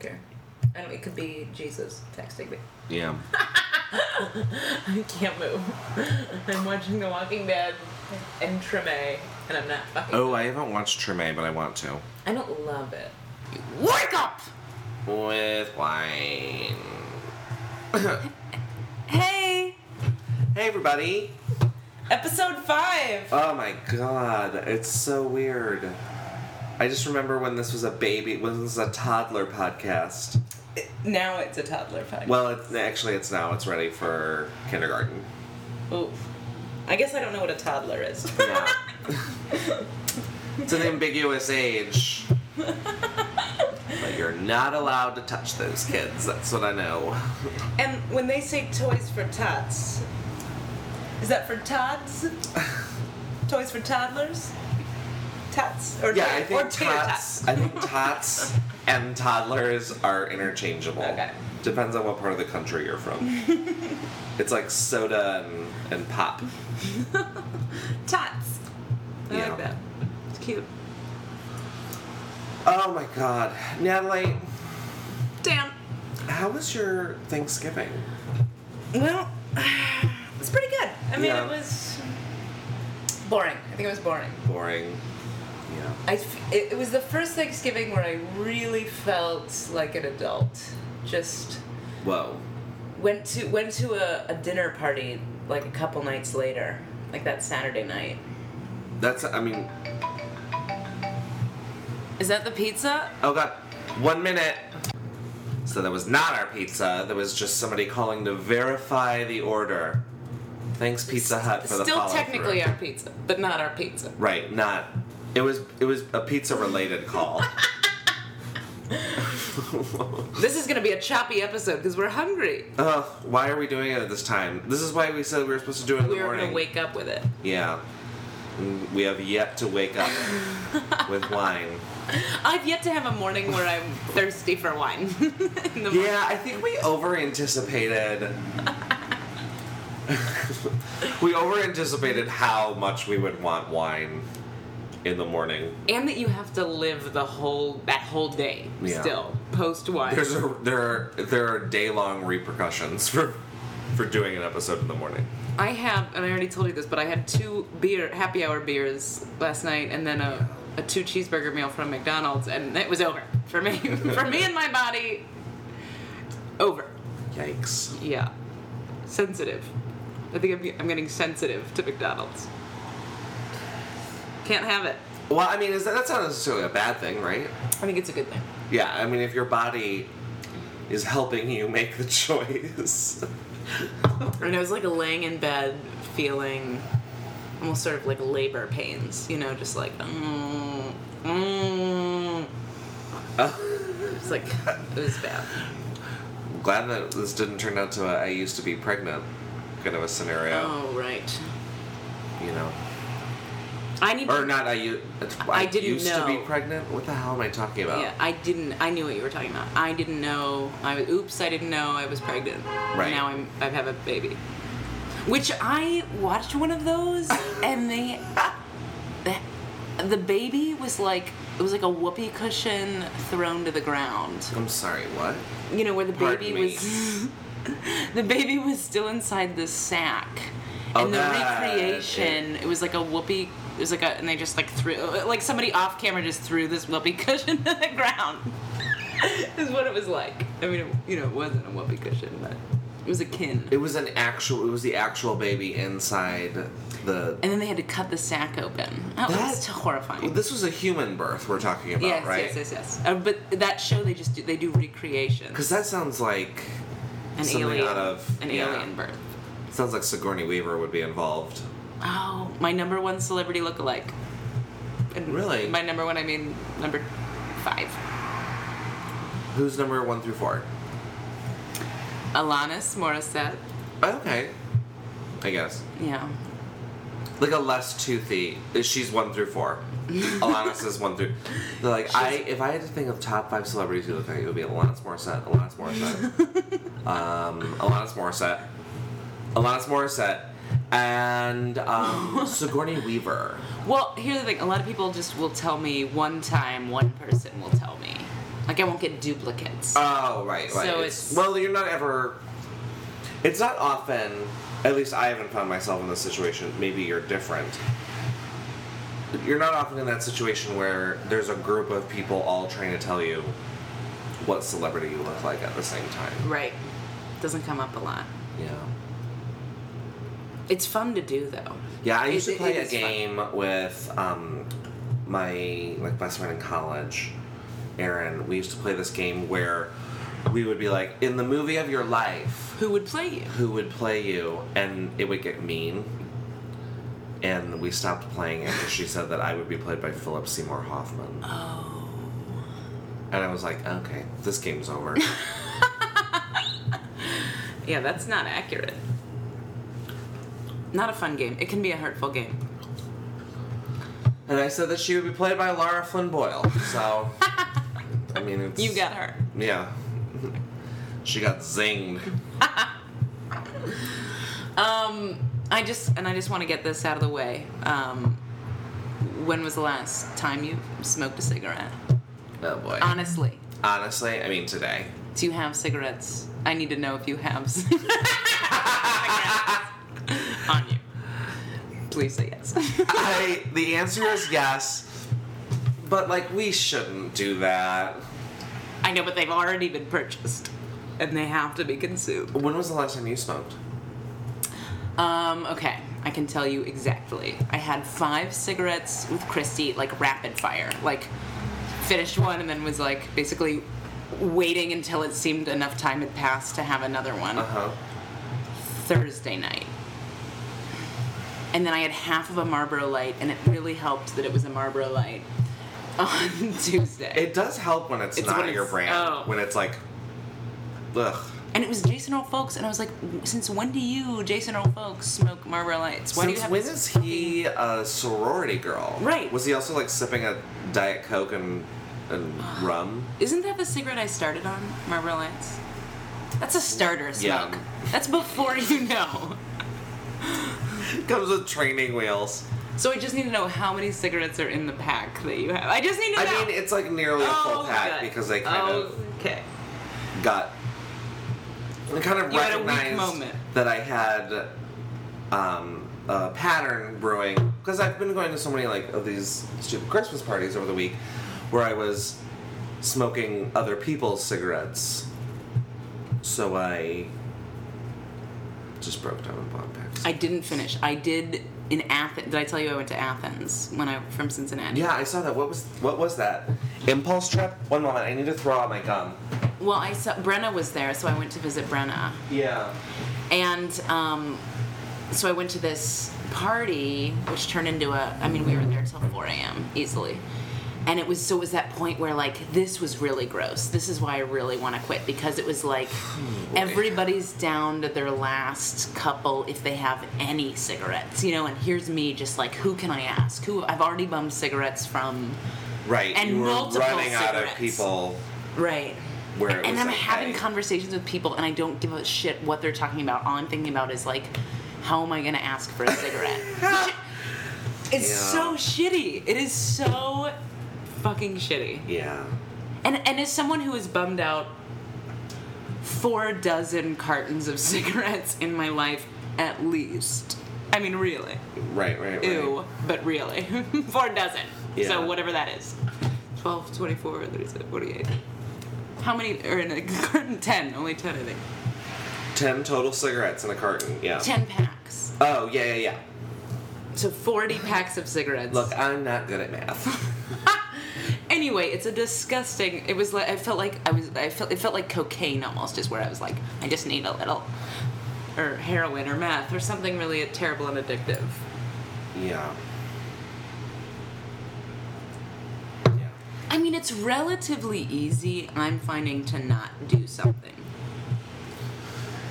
character. I don't, it could be Jesus texting me. Yeah. I can't move. I'm watching The Walking Dead and Treme, and I'm not fucking. Oh, I haven't watched Treme, but I want to. I don't love it. Wake up! With wine. Hey, Hey, everybody. episode five. Oh my god, it's so weird. I just remember when this was a baby, when this was a toddler podcast. Now it's a toddler podcast. Well, it's, actually, it's now. It's ready for kindergarten. Ooh. I guess I don't know what a toddler is. Yeah. it's an ambiguous age. But you're not allowed to touch those kids. That's what I know. and when they say toys for tots, is that for tots? toys for toddlers? Tots? Or Yeah, toy- I or think tater tots. I think tots and toddlers are interchangeable. Okay. Depends on what part of the country you're from. it's like soda and, and pop. Tots. I Yeah. like that. It's cute. Oh my god, Natalie, Damn. how was your Thanksgiving? Well, it's pretty good. I mean, Yeah. it was boring. I think it was boring. Boring. Yeah. I f- it, it was the first Thanksgiving where I really felt like an adult. Just Whoa. went to went to a, a dinner party like a couple nights later, like that Saturday night. That's. I mean. Is that the pizza? Oh god. One minute. So that was not our pizza. That was just somebody calling to verify the order. Thanks, Pizza Hut, for the Still follow-through. technically our pizza, but not our pizza. Right, not. It was it was a pizza related call. This is gonna be a choppy episode because we're hungry. Ugh, why are we doing it at this time? This is why we said we were supposed to do it in We the were morning. gonna wake up with it. Yeah. Mm, We have yet to wake up with wine. I've yet to have a morning where I'm thirsty for wine. in the morning. Yeah, I think we over anticipated. we over anticipated how much we would want wine in the morning. And that you have to live the whole that whole day Yeah. still post wine. There's a, there are there are day long repercussions for for doing an episode in the morning. I have, and I already told you this, but I had two beer happy hour beers last night, and then a, a two cheeseburger meal from McDonald's, and it was over for me. for me and my body, over. Yikes. Yeah, sensitive. I think I'm, I'm getting sensitive to McDonald's. Can't have it. Well, I mean, is that, that's not necessarily a bad thing, right? I think it's a good thing. Yeah, I mean, if your body is helping you make the choice. And I was like laying in bed, feeling almost sort of like labor pains. You know, just like mm, mm. Oh. It's like it was bad. Glad that this didn't turn out to a I used to be pregnant kind of a scenario, Oh right. you know. I need. Or not, I, u- I, I didn't used to be know. pregnant? What the hell am I talking about? Yeah, I didn't. I knew what you were talking about. I didn't know. I was. Oops, I didn't know I was pregnant. Right. Now I'm. I have a baby. Which I watched one of those, and they, the, the baby was like it was like a whoopee cushion thrown to the ground. I'm sorry, what? you know where the baby Pardon me. was the baby was still inside the sack Oh, and the that- recreation it, was like a whoopee it was like a and they just like threw like somebody off camera just threw this whoopee cushion to the ground is what it was like i mean it, you know it wasn't a whoopee cushion but it was a kin It was an actual, it was the actual baby inside the. and then they had to cut the sack open that, was That- horrifying this was a human birth we're talking about, yes, right? yes yes yes uh, but that show they just do, they do recreations Because that sounds like an something alien out of- an yeah. alien birth sounds like Sigourney Weaver would be involved. Oh, my number one celebrity lookalike. And Really? By number one, I mean number five. Who's number one through four? Alanis Morissette. Okay, I guess Yeah. like a less toothy. She's one through four. Alanis is one through. They're like I. If I had to think of top five celebrities who look like, it would be Alanis Morissette, Alanis Morissette, um, Alanis Morissette, Alanis Morissette, and um, Sigourney Weaver. Well, here's the thing. A lot of people just will tell me one time, one person will tell me. Like I won't get duplicates. Oh, right, right. So it's- well, you're not ever. It's not often. At least I haven't found myself in this situation. Maybe you're different. You're not often in that situation where there's a group of people all trying to tell you what celebrity you look like at the same time. right. Doesn't come up a lot. Yeah. It's fun to do though. Yeah, I It- used it- to play it a is fun. game with um, my like best friend in college, Aaron. We used to play this game where we would be like, in the movie of your life, Who would play you? who would play you, and it would get mean. And we stopped playing it because she said that I would be played by Philip Seymour Hoffman. Oh. And I was like, okay, this game's over. Yeah, that's not accurate. Not a fun game. It can be a hurtful game. and I said that she would be played by Laura Flynn Boyle. So, I mean, it's. You got her. Yeah. she got zinged. Um, I just and I just want to get this out of the way. Um, when was the last time you smoked a cigarette? Oh boy. Honestly, Honestly, I mean, today. do you have cigarettes? I need to know if you have c- on you. Please say yes. I, the answer is yes. But, like, we shouldn't do that. I know, but they've already been purchased, and they have to be consumed. When was the last time you smoked? Um, okay, I can tell you exactly. I had five cigarettes with Christy, like rapid fire. Like, finished one and then was like basically waiting until it seemed enough time had passed to have another one. Uh huh. Thursday night. And then I had half of a Marlboro Light, and it really helped that it was a Marlboro Light on Tuesday. It does help when it's, It's not when your it's- brand. oh. When it's like, ugh. and it was Jason Earl Folks, and I was like, since when do you, Jason Earl Folks, smoke Marlboro Lights? Why do you Since have when this is he a sorority girl? Right. Was he also like sipping a diet coke and and rum? Isn't that the cigarette I started on, Marlboro Lights? That's a starter Yeah. smoke. That's before you know. Comes with training wheels. So I just need to know how many cigarettes are in the pack that you have. I just need to I know. mean, it's like nearly a full Oh, pack good. because they kind Oh, of Okay. got. I kind of You had a weak recognized moment. that I had um, a pattern brewing because I've been going to so many like of these stupid Christmas parties over the week where I was smoking other people's cigarettes. So I just broke down and bought packs. I didn't finish. I did in Athens. Did I tell you I went to Athens when I from Cincinnati? yeah, I saw that. What was what was that? Impulse trip. One moment, I need to throw out my gum. Well, I saw Brenna was there, so I went to visit Brenna, Yeah. and um, so I went to this party, which turned into a. I mean, we were there till 4 a.m. easily, and it was so it was that point where like this was really gross. This is why I really want to quit because it was like everybody's down to their last couple if they have any cigarettes, you know. And here's me just like, who can I ask? Who I've already bummed cigarettes from. Right. And you were multiple running out of cigarettes. people. Right. Where it and was I'm like, having hey. conversations with people, and I don't give a shit what they're talking about. All I'm thinking about is like, how am I gonna ask for a cigarette? it's Yeah. so shitty. It is so fucking shitty. Yeah. And and as someone who has bummed out four dozen cartons of cigarettes in my life, at least. I mean, really. Right. Right. Right. Ew, but really. Four dozen. Yeah. So whatever that is. 12, 24, 37, 48. How many are in a carton? 10. Only 10, I think. Ten total cigarettes in a carton. Yeah. 10 packs. Oh yeah, yeah, yeah. So 40 packs of cigarettes. Look, I'm not good at math. Anyway, it's a disgusting. It was like I felt like I was. I felt it felt like cocaine almost. Is where I was like, I just need a little, or heroin or meth or something really terrible and addictive. yeah. Yeah. I mean, it's relatively easy. I'm finding to not do something.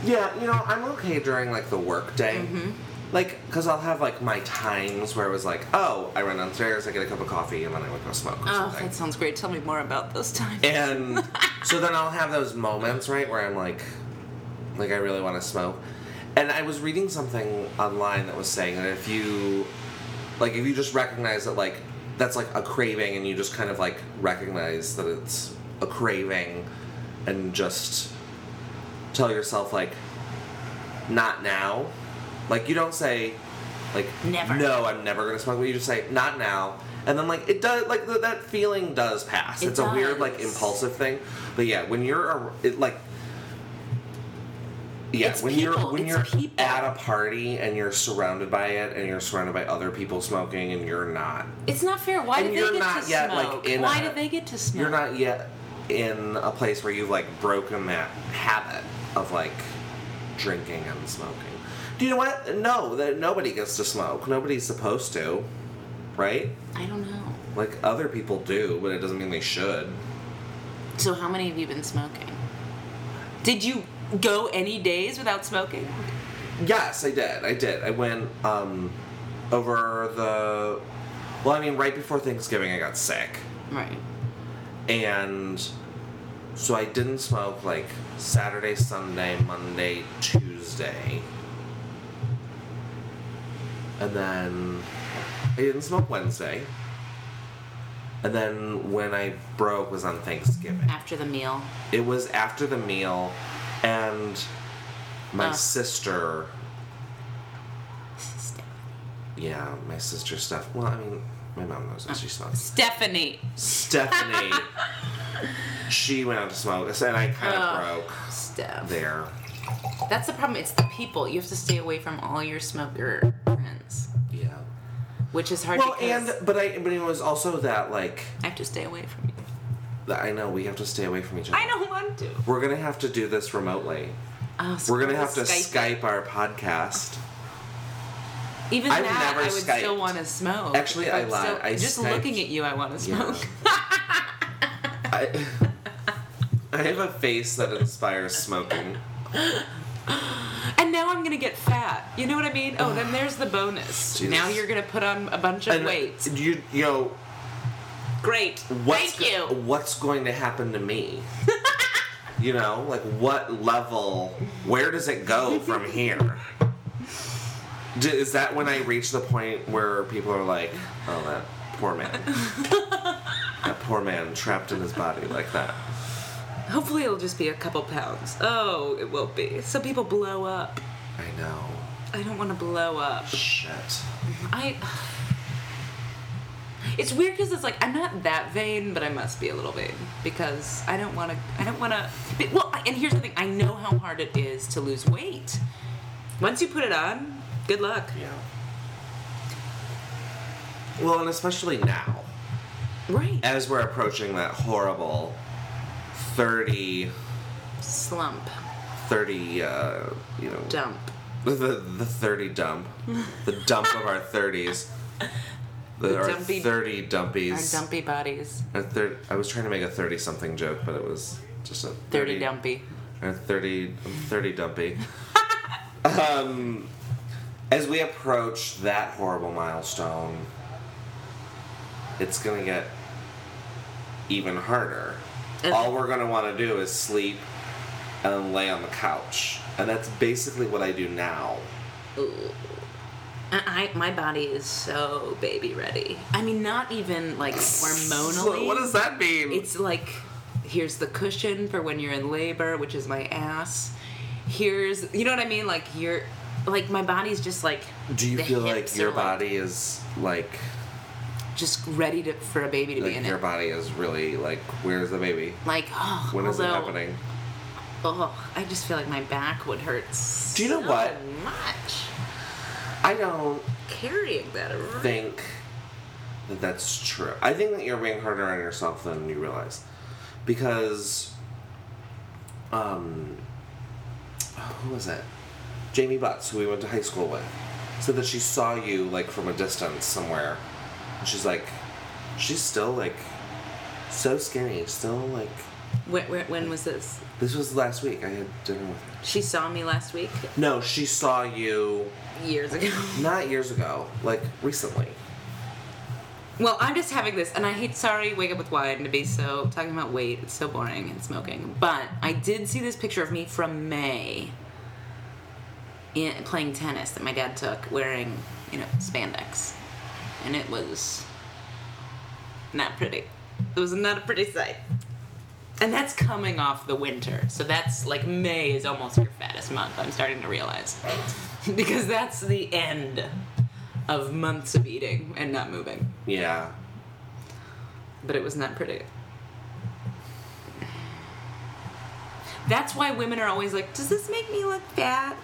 Yeah, you know, I'm okay during like the work day. Mm-hmm. Like, cause I'll have like my times where it was like, oh, I run downstairs, I get a cup of coffee, and then I would go smoke or Oh, something. that sounds great. Tell me more about those times. And so then I'll have those moments, right, where I'm like, like I really want to smoke. And I was reading something online that was saying that if you, like, if you just recognize that, like, that's like a craving, and you just kind of like recognize that it's a craving and just tell yourself like not now like you don't say like Never. no i'm never gonna smoke but you just say not now and then like it does like th- that feeling does pass It it's a weird like does. impulsive thing but yeah when you're a, it, like yeah, It's when you're people. when It's you're people. at a party and you're surrounded by it and you're surrounded by other people smoking and you're not It's not fair. Why And did they you're get not to yet, like, smoke? in Why a- did they get to smoke? you're not yet in a place where you've like broken that habit of like drinking and smoking. Do you know what? No, that nobody gets to smoke. Nobody's supposed to, right? I don't know. Like other people do, but it doesn't mean they should. So how many have you been smoking? Did you go any days without smoking? Yes, I did. I did. I went um over the well, I mean right before Thanksgiving I got sick. Right. and so I didn't smoke like Saturday, Sunday, Monday, Tuesday, and then I didn't smoke Wednesday. And then when I broke was on Thanksgiving. After the meal. It was after the meal, and my Ah. sister, Ste- yeah, my sister stuff. Well, I mean, my mom knows that she smokes. Stephanie. Stephanie. she went out to smoke, and I kind of Ugh. broke Steph. there. That's the problem. It's the people. You have to stay away from all your smoker friends, Yeah. which is hard Well, because and but I but it was also that like I have to stay away from you. that I know we have to stay away from each other. I don't want to. We're gonna have to do this remotely. Oh, so We're gonna we'll have to Skype. Skype, our podcast. it. Even I've that, never I would still Skyped. want to smoke. Actually, I I'm lied. so- I just Skyped. looking at you, I want to Yeah. smoke. I, I have a face that inspires smoking. And now I'm gonna get fat. You know what I mean? Oh, then there's the bonus. Jesus. Now you're gonna put on a bunch of And uh, weight. You you know Great. what's Thank go- you. what's going to happen to me? you know, like what level? Where does it go from here? D- is that when I reach the point where people are like, "Oh, that poor man, that poor man trapped in his body like that"? Hopefully it'll just be a couple pounds. Oh, it will be. Some people blow up. I know. I don't want to blow up. Shit. I. It's weird because it's like I'm not that vain, but I must be a little vain because I don't want to. I don't want to. Well, I- and here's the thing: I know how hard it is to lose weight. Once you put it on, good luck. Yeah. Well, and especially now, Right. as we're approaching that horrible 30, Slump. 30, uh, you know, Dump. The, the 30 dump. The dump of our 30s. The, The our dumpy- 30 Our dumpies. dumpy bodies. Our thir- I was trying to make a 30 something joke, but it was just a 30, Dirty dumpy. Our 30, I'm 30 dumpy. um, as we approach that horrible milestone, it's going to get even harder. And- All we're going to want to do is sleep and lay on the couch. And that's basically what I do now. Ooh. I, I, my body is so baby ready. I mean, not even like hormonally. What- What does that mean? It's like here's the cushion for when you're in labor, which is my ass. Here's you know what I mean? Like you're like my body's just like Do you the feel hips like your are, like, body is like just ready to, for a baby to be like in your it. body is really like where's the baby? Like oh, When is although- it happening? Oh, I just feel like my back would hurt. Do you know so what? Much I don't carrying that around. think that that's true. I think that you're being harder on yourself than you realize because um who was it? Jamie Butts, who we went to high school with, said that she saw you like from a distance somewhere, and she's like, she's still like so skinny, still like When, when, when was this? This was last week. I had dinner with her. She saw me last week, No, she saw you years ago. not years ago, like recently. Well, I'm just having this, and I hate sorry, wake up with wine to be so talking about weight. It's so boring and smoking. But I did see this picture of me from May in, playing tennis that my dad took wearing, you know, spandex. And it was not pretty. It was not a pretty sight. and that's coming off the winter. So that's like May is almost your fattest month, I'm starting to realize. because that's the end of months of eating and not moving. Yeah. But it was not pretty. That's why women are always like, does this make me look fat?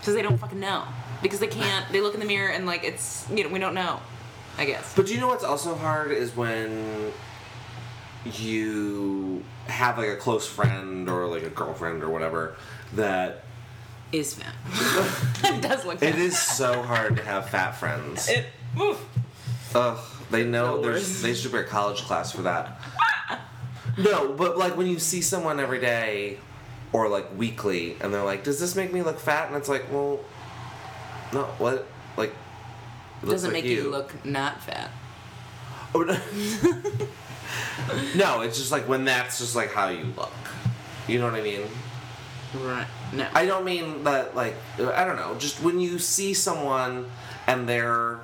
Because they don't fucking know. Because they can't, they look in the mirror and like, it's, you know, we don't know, I guess. But do you know what's also hard is when you have like a close friend or like a girlfriend or whatever that is fat. it does look fat. it is so hard to have fat friends. It, oof. Ugh, they know The there's worst. they should be a college class for that. No, but like when you see someone every day or like weekly and they're like, Does this make me look fat? And it's like, Well no, what like it looks doesn't like make you. look not fat. Oh, no. no, it's just like when that's just like how you look. You know what I mean? Right. No. I don't mean that like I don't know. Just when you see someone and they're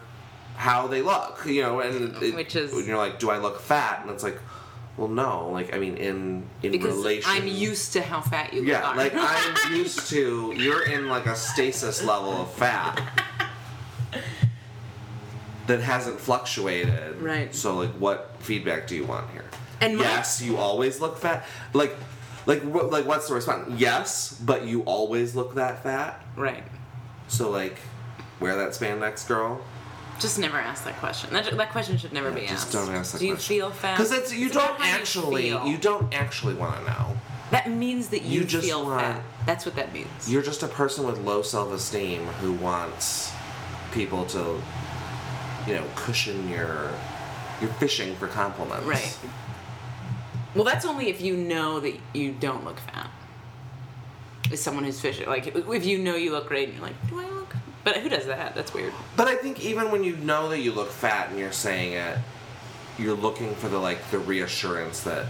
how they look, you know, and it, Which is- when you're like, do I look fat? And it's like, well, no. Like I mean, in in because relation, I'm used to how fat you Yeah, are. like I'm used to. You're in like a stasis level of fat that hasn't fluctuated. Right. So like, what feedback do you want here? And my- yes, you always look fat. Like, like, what, like, what's the response? Yes, but you always look that fat. right. So like, wear that spandex, girl. Just never ask that question. That, that question should never be asked. Just don't ask that Do you question. feel fat? Because it's you It's don't about how actually you, feel. don't actually want to know. That means that you, you just feel want- fat. That's what that means. You're just a person with low self-esteem who wants people to, you know, cushion your. You're fishing for compliments. Right. Well, that's only if you know that you don't look fat. Is someone who's fishing like if you know you look great and you're like, do I look? But who does that? That's weird. But I think even when you know that you look fat and you're saying it, you're looking for the like the reassurance that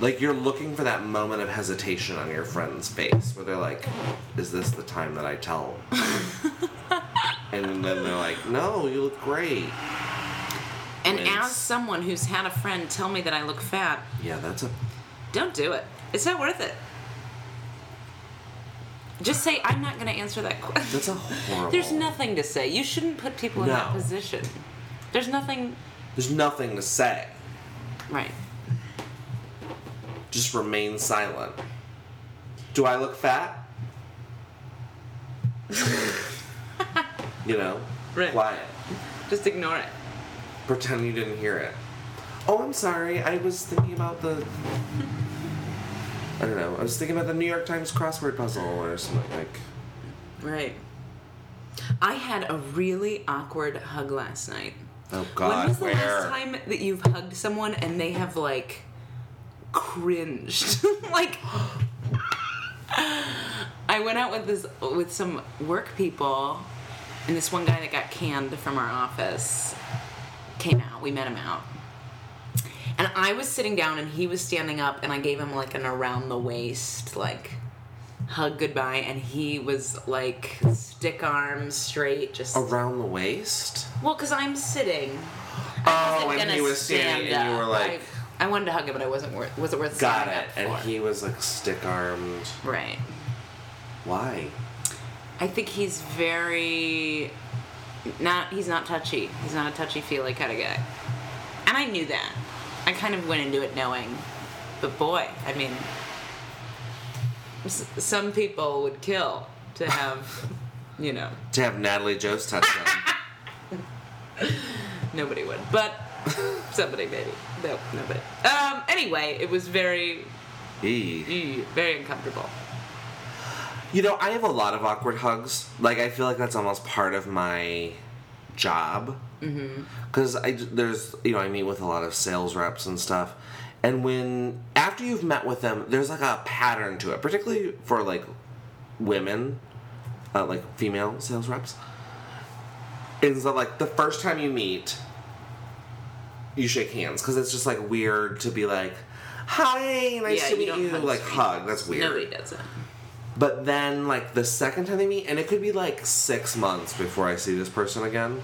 like you're looking for that moment of hesitation on your friend's face where they're like, is this the time that I tell? and then they're like, no, you look great. And It's- as someone who's had a friend tell me that I look fat, Yeah, that's a Don't do it. It's not worth it. Just say I'm not going to answer that question. that's a horrible. There's nothing to say. You shouldn't put people in that No. position. There's nothing. There's nothing to say. Right. Just remain silent. Do I look fat? you know, Right. quiet. Just ignore it. Pretend you didn't hear it. Oh, I'm sorry. I was thinking about the. I don't know. I was thinking about the New York Times crossword puzzle or something like. Right. I had a really awkward hug last night. Oh God, when was the where? last time that you've hugged someone and they have like cringed? like I went out with this with some work people and this one guy that got canned from our office came out. We met him out. And I was sitting down and he was standing up and I gave him like an around the waist like hug goodbye and he was like stick arm straight just Around the waist. well, because I'm sitting. I Oh, wasn't and gonna he was standing, and you up. were like, I, I wanted to hug him, but I wasn't worth. Was it worth "Got standing it," up and for? he was like stick armed. Right. Why? I think he's very not. He's not touchy. He's not a touchy feely kind of guy. And I knew that. I kind of went into it knowing. But boy, I mean, s- some people would kill to have, you know. To have Natalie Joe's touch them. Nobody would, but somebody maybe. No, nobody. Um. Anyway, it was very Eee. Ew, very uncomfortable. You know, I have a lot of awkward hugs. Like, I feel like that's almost part of my job. Mm-hmm. Because I j- there's you know I meet with a lot of sales reps and stuff, and when after you've met with them, there's like a pattern to it, particularly for like women, uh, like female sales reps. Is that like the first time you meet, you shake hands because it's just like weird to be like, "Hi, nice Yeah, to you meet don't you," hug like strangers. hug. That's weird. Nobody does it. But then, like, the second time they meet, and it could be like six months before I see this person again.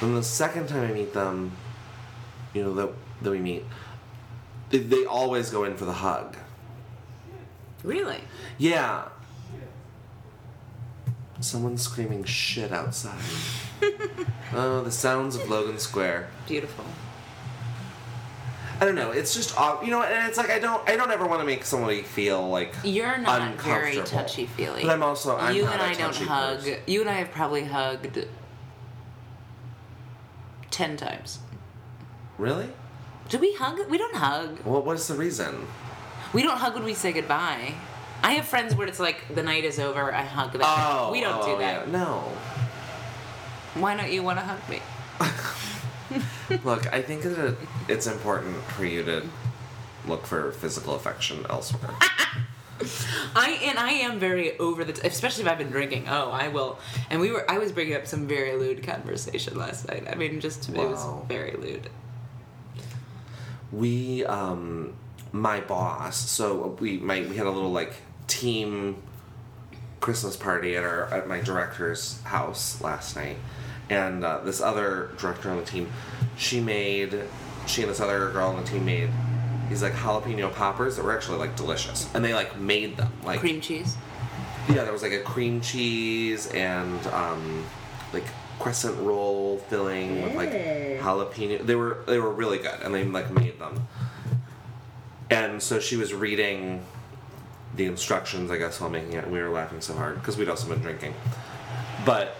Then the second time I meet them, you know, that that we meet, they- they always go in for the hug. Really? Yeah. Someone's screaming shit outside. oh, the sounds of Logan Square. Beautiful. I don't know. It's just off, you know, and it's like I don't, I don't ever want to make somebody feel like You're not very uncomfortable. touchy feely. But I'm also, I'm you not and a I don't touchy hug. person. You and I have probably hugged ten times. Really? Do we hug? We don't hug. Well, what is the reason? We don't hug when we say goodbye. I have friends where it's like the night is over. I hug them. Oh, we don't oh, do that. yeah. No. Why don't you want to hug me? Look, I think that it- it's important for you to look for physical affection elsewhere. I and I am very over the, t- especially if I've been drinking. Oh, I will. And we were. I was bringing up some very lewd conversation last night. I mean, just it Wow. was very lewd. we um my boss so we my we had a little like team christmas party at our at my director's house last night and uh, this other director on the team she made she and this other girl on the team made these like jalapeno poppers that were actually like delicious and they like made them like Cream cheese. yeah there was like a cream cheese and um like crescent roll filling with like jalapeno they were they were really good and they like made them and so she was reading the instructions i guess while making it and we were laughing so hard because we'd also been drinking but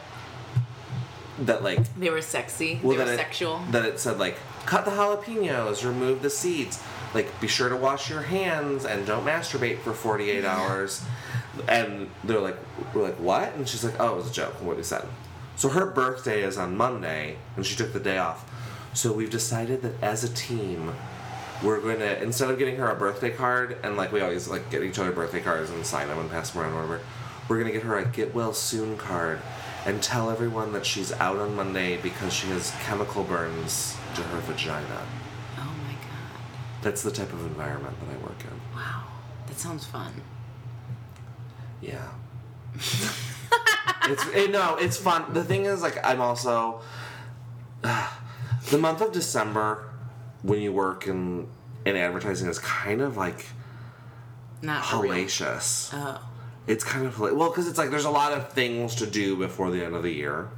that like They were sexy. well, they then were it, sexual. Then it said like, cut the jalapenos, remove the seeds, like be sure to wash your hands and don't masturbate for 48 hours. And they're like, we're like, what? And she's like, oh, it was a joke. What he said. So her birthday is on Monday, and she took the day off. So we've decided that as a team, we're going to instead of getting her a birthday card and like we always like get each other birthday cards and sign them and pass them around or whatever we're going to get her a get well soon card and tell everyone that she's out on monday because she has chemical burns to her vagina oh my god! that's the type of environment that i work in Wow, that sounds fun. yeah it's it, no it's fun the thing is like i'm also the month of december when you work in in advertising is kind of like Not for real. hellacious Oh, It's kind of like well, because it's like there's a lot of things to do before the end of the year,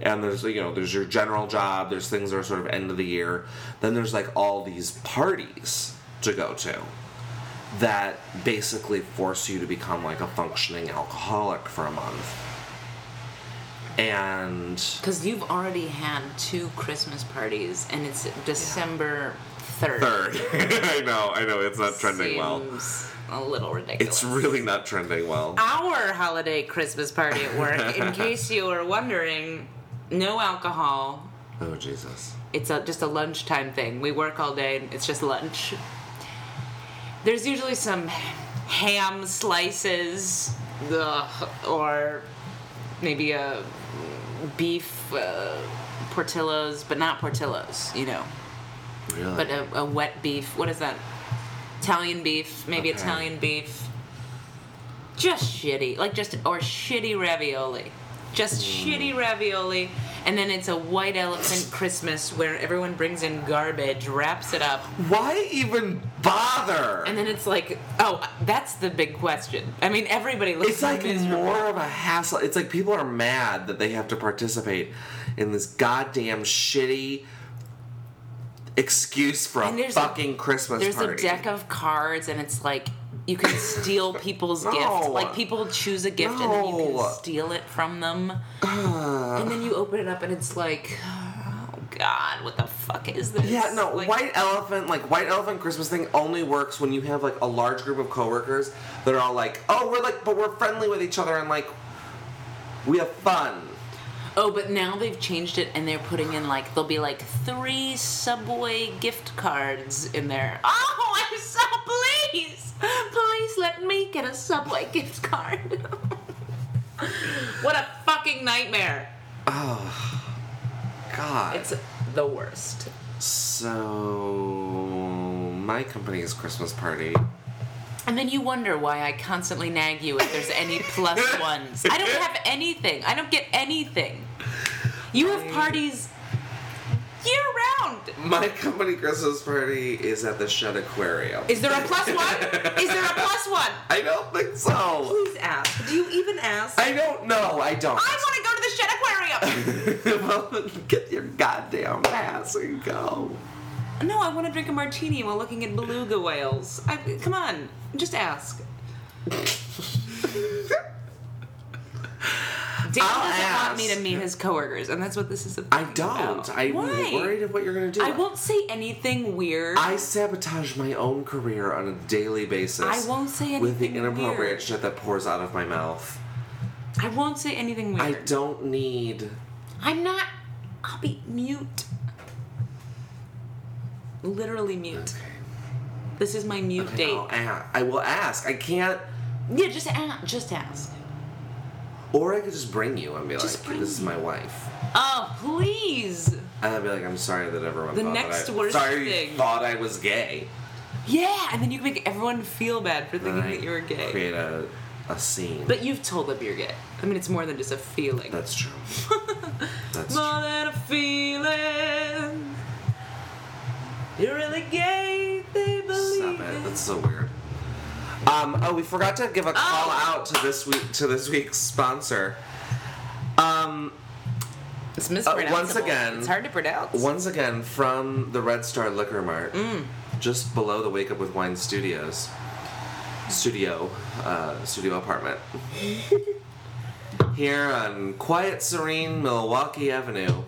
and there's you know there's your general job, there's things that are sort of end of the year, then there's like all these parties to go to, that basically force you to become like a functioning alcoholic for a month, and because you've already had two Christmas parties, and it's December third. third, I know, I know, it's not trending well. Seems a little ridiculous. It's really not trending well. our holiday Christmas party at work. in case you were wondering, no alcohol. Oh Jesus. It's a, just a lunchtime thing. We work all day and it's just lunch. There's usually some ham slices ugh, or maybe a beef uh, portillos, but not portillos, you know. Really? But uh, a, a wet beef. What is that? Italian beef. Maybe Okay. Italian beef. Just shitty. Like just or shitty ravioli. Just Mm. shitty ravioli. And then it's a white elephant Christmas where everyone brings in garbage, wraps it up, Why even bother? and then it's like, oh, that's the big question. I mean, everybody looks It's like miserable. more of a hassle. It's like people are mad that they have to participate in this goddamn shitty excuse for And a there's a- fucking Christmas There's party. a deck of cards, and it's like you can steal people's No. gifts. Like people choose a gift, and then you No. can steal it from them. and then you open it up, and it's like, oh god, what the fuck is this? yeah, no, Like, white elephant, like white elephant Christmas thing only works when you have like a large group of coworkers that are all like, oh, we're like, but we're friendly with each other and like, we have fun. Oh, but now they've changed it, and they're putting in like there'll be like three Subway gift cards in there. Oh, I'm so pleased. Please let me get a Subway gift card. what a fucking nightmare. God. It's the worst. so, my company's Christmas party And then you wonder why I constantly nag you if there's any plus ones. I don't have anything. I don't get anything. You have parties year around. My company Christmas party is at the Shed Aquarium. Is there a plus one? Is there a plus one? I don't think so. Please ask. Do you even ask? I, I don't know. I don't. want to go to the Shed Aquarium. well, get your goddamn ass and go. no, I want to drink a martini while looking at beluga whales. I, come on, just ask. Dan doesn't want me ask. to meet his coworkers, and that's what this is about. I don't. I'm Why? worried of what you're gonna do. I won't say anything weird. I sabotage my own career on a daily basis. I won't say with the anything inappropriate weird. shit that pours out of my mouth. I won't say anything I weird. don't need. I'm not. I'll be mute. Literally mute. This is my mute date. I'll a- I will ask. I can't. Yeah, just ask. Just ask. Or I could just bring you and be Just like, bring "This is me. my wife," Oh, please. and I'd be like, "I'm sorry that everyone." The thought that next I, worst sorry you thing. thought I was gay. Yeah, and then you make everyone feel bad for Then thinking I that you were gay. Create a, a scene. But you've told them you're gay. I mean, it's more than just a feeling. That's true. That's true. more than a feeling. You're really gay. They believe Stop it. That's so weird. Um, oh, we forgot to give a call Oh. out to this week to this week's sponsor. Um, It's Uh, mispronounceable. once again- it's hard to pronounce. once again from the Red Star Liquor Mart, just below the Wake Up with Wine Studios studio uh, studio apartment here on quiet, serene Milwaukee Avenue,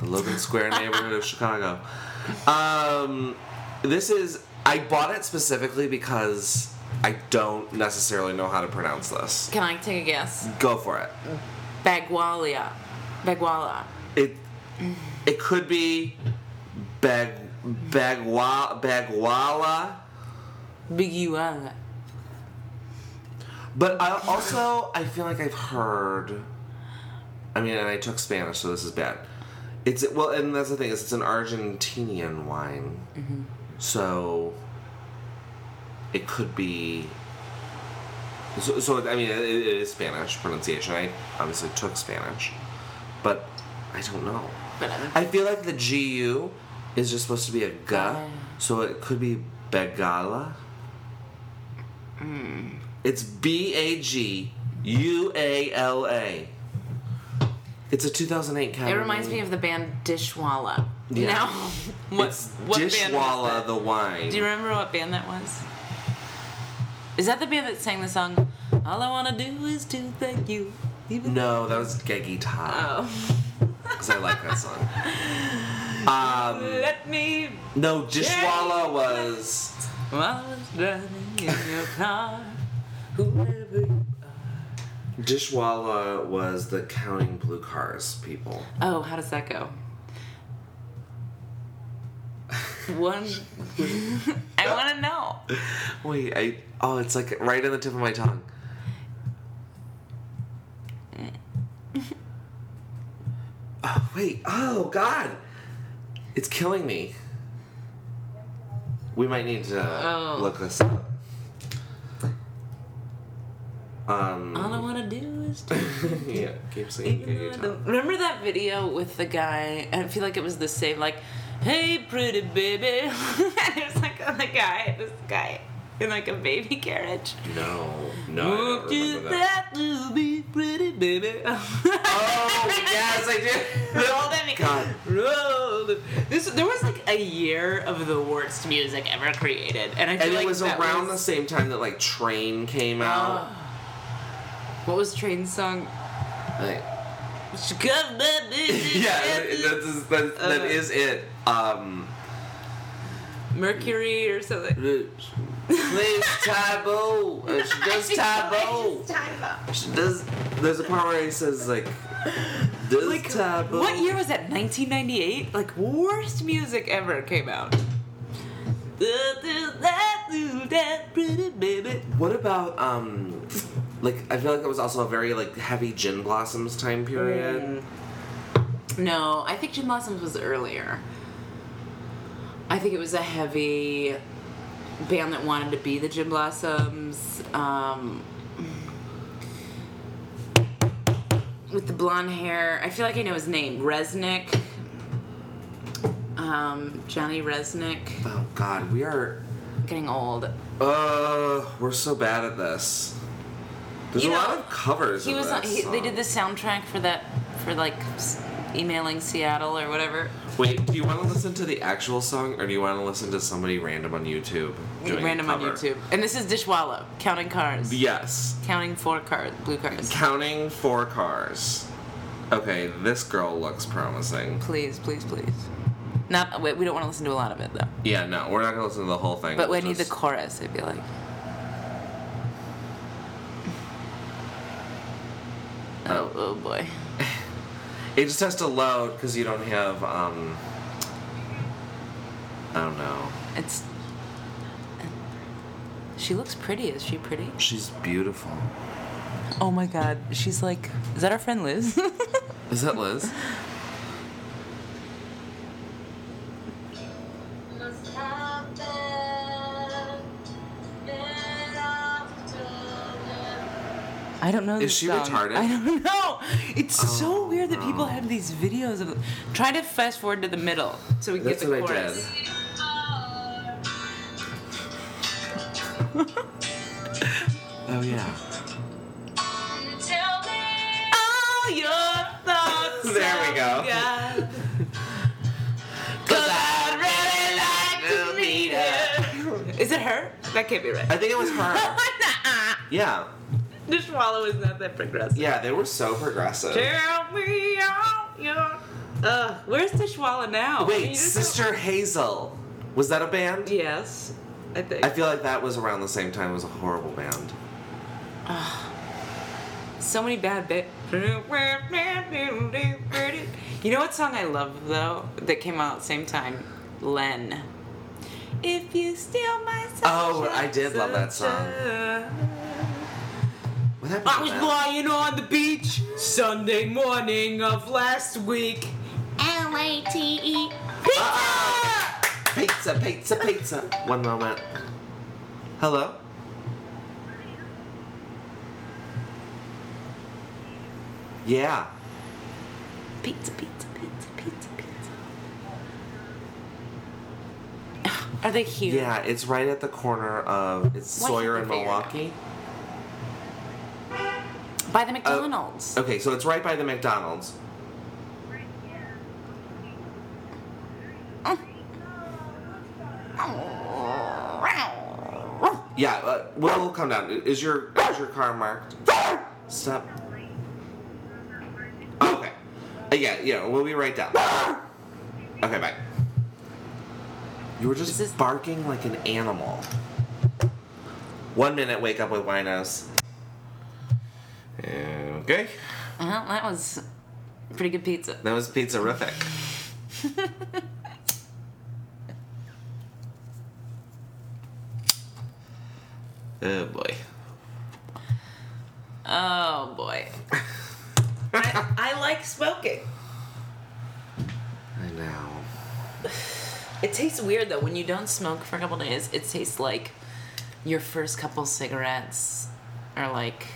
the Logan Square neighborhood of Chicago. Um, this is I bought it specifically because I don't necessarily know how to pronounce this. Can I take a guess? Go for it. Bagwalia. Bagwala. It it could be bag bagwa bagwala, Biguala. but I also I feel like I've heard. I mean, and I took Spanish, so this is bad. It's well, and that's the thing is it's an Argentinian wine, so it could be. So, so I mean, it, it is Spanish pronunciation. I obviously took Spanish, but I don't know. But I'm I feel like the GU is just supposed to be a ga, so it could be Begala. It's B A G U A L A. It's a 2008 It category. reminds me of the band Dishwalla. Yeah. Now, what, it's what band was Dishwalla that? the wine. Do you remember what band that was? Is that the band that sang the song "All I Wanna Do Is to Thank You"? Even no, that was Geggy Todd oh, because I like that song. Um, let me. no, Dishwalla was. While I was driving in your car, whoever. you- Dishwalla was the Counting Blue Cars people. Oh, how does that go? One. I want to know. Wait, I oh, it's like right on the tip of my tongue. Oh wait, oh god, it's killing me. We might need to Oh. look this up. Um, All I wanna do is to yeah, keep singing. Oh. Even though Get I your don't- tongue. Remember that video with the guy? I feel like it was the same. Like, hey, pretty baby. and it was like oh, the guy, this guy in like a baby carriage. No, no, I don't Won't you remember that. that to be pretty baby? Oh yes, I did. Roll them. God. Roll them. This there was like a year of the worst music ever created, and I feel And like it was that around was, the same time that like Train came out. what was Train's song? Oh. Like, Come baby. yeah, that is, that, that Uh. is it. Um, Mercury or something. please, Tybo. Uh, she does Tybo. She does. There's a part where he says like, "Does Like, Tybo?" what year was that? 1998? Like, worst music ever came out. What about um, like I feel like it was also a very like heavy Gin Blossoms time period. Mm. No, I think Jim Blossoms was earlier. I think it was a heavy band that wanted to be the Jim Blossoms. Um, with the blonde hair. I feel like I know his name. Resnick. Um, um, Johnny Resnick Oh God, we are. getting old. Uh, we're so bad at this. There's You a know, lot of covers. He of was. that On, he, they song. did the soundtrack for that for like s- emailing Seattle or whatever. Wait, do you want to listen to the actual song, or do you want to listen to somebody random on YouTube? doing a Random on cover? YouTube. And this is Dishwallow counting cars, Yes, counting four cars, blue cars. counting four cars. Okay, this girl looks promising. Please, please, please. Not. We we don't want to listen to a lot of it though. Yeah, no, we're not gonna listen to the whole thing. But we we'll need the just- chorus. I feel like. Oh, oh boy. It just has to load because you don't have um. I don't know. It's. She looks pretty. Is she pretty? She's beautiful. Oh my god. She's like. Is that our friend Liz? Is that Liz? Must have been an afternoon. I don't know. Is this she song. retarded? I don't know. It's so Oh, weird that people no. have these videos of. Try to fast forward to the middle so we can That's get the what I did. chorus. Are Oh yeah. Tell me All your thoughts. There we go. I've got. 'Cause I'd really like to meet her. Is it her? That can't be I right. uh, think it was her. yeah. This swallow is not that progressive. Yeah, they were so progressive. Tell me all your. Uh, where's Dishwalla now? I mean, Wait, you just Sister Hazel. Was that a band? don't- Yes, I think. I feel like that was around the same time as a horrible band. So many bad bit. You know what song I love though that came out at the same time? Len. If you steal my sunshine. Oh, I did love that song. What happened I to was that? lying on the beach Sunday morning of last week. L A T E. Ah! Pizza, pizza, pizza. One moment. Hello? Yeah. Pizza, pizza, pizza, pizza, pizza. Are they here? Yeah, it's right at the corner of it's Why Sawyer and can't they figure it out? Milwaukee. By Uh, the McDonald's. Okay, so it's right by the McDonald's. Yeah, uh, we'll, we'll come down. Is your is your car marked? Stop. Okay. Uh, yeah, yeah, we'll be right down. Okay, bye. You were just This is- barking like an animal. One minute, wake up with winos. Okay. Well, Uh-huh, that was pretty good pizza. That was pizzerific. oh boy. Oh boy. I, I like smoking. I know. It tastes weird though when you don't smoke for a couple days. It tastes like your first couple cigarettes are like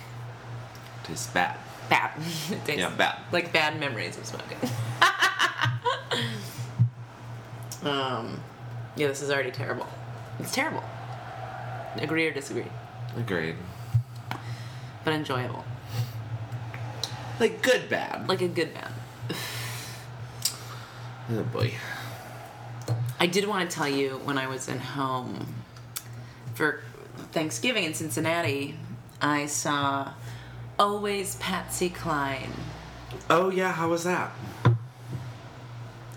Tastes bad. bad. It tastes Yeah, bad. Like bad memories of smoking. um, yeah, this is already terrible. It's terrible. Agree or disagree, Agreed. but enjoyable. Like good bad. Like a good bad. oh boy. I did want to tell you when I was in home for Thanksgiving in Cincinnati, I saw Always Patsy Cline. Oh yeah, how was that?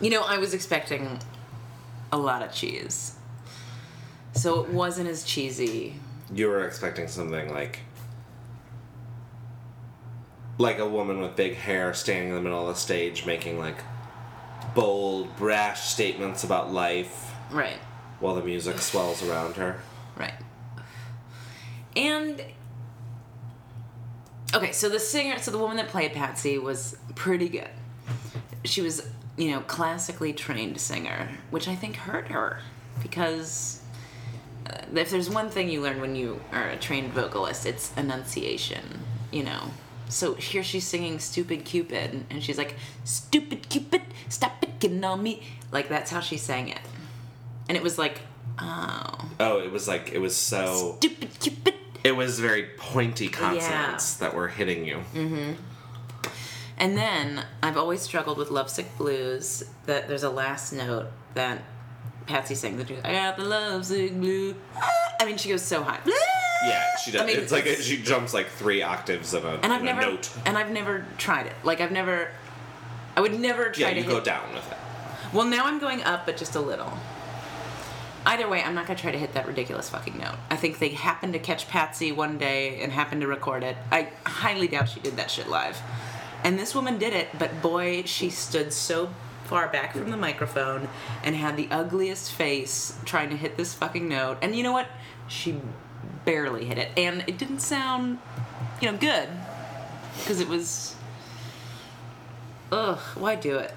You know, I was expecting a lot of cheese. So it wasn't as cheesy. You were expecting something like like a woman with big hair standing in the middle of the stage making like bold, brash statements about life Right, while the music swells around her. right. And. Okay, so the singer, so the woman that played Patsy was pretty good. She was, you know, classically trained singer, which I think hurt her because uh, if there's one thing you learn when you are a trained vocalist, it's enunciation, you know. So here she's singing Stupid Cupid, and she's like, Stupid Cupid, stop picking on me. Like, that's how she sang it. And it was like, oh, Oh, it was like it was so. Stupid Cupid. It was very pointy consonants that were hitting you. Mm. And then I've always struggled with Lovesick Blues, that there's a last note that Patsy sings that goes, I got the Lovesick Blue. Ah. I mean, she goes so high. Yeah, she does. I mean, it's like she jumps like three octaves in a, and I've in a never note. and I've never tried it. Like I've never, I would never try Yeah, to you hit. go down with it. Well, now I'm going up, but just a little. Either way, I'm not gonna try to hit that ridiculous fucking note. I think they happened to catch Patsy one day and happened to record it. I highly doubt she did that shit live. And this woman did it, but boy, she stood so far back from the microphone and had the ugliest face trying to hit this fucking note. And you know what? She barely hit it, and it didn't sound, you know, good because it was. Ugh, why do it?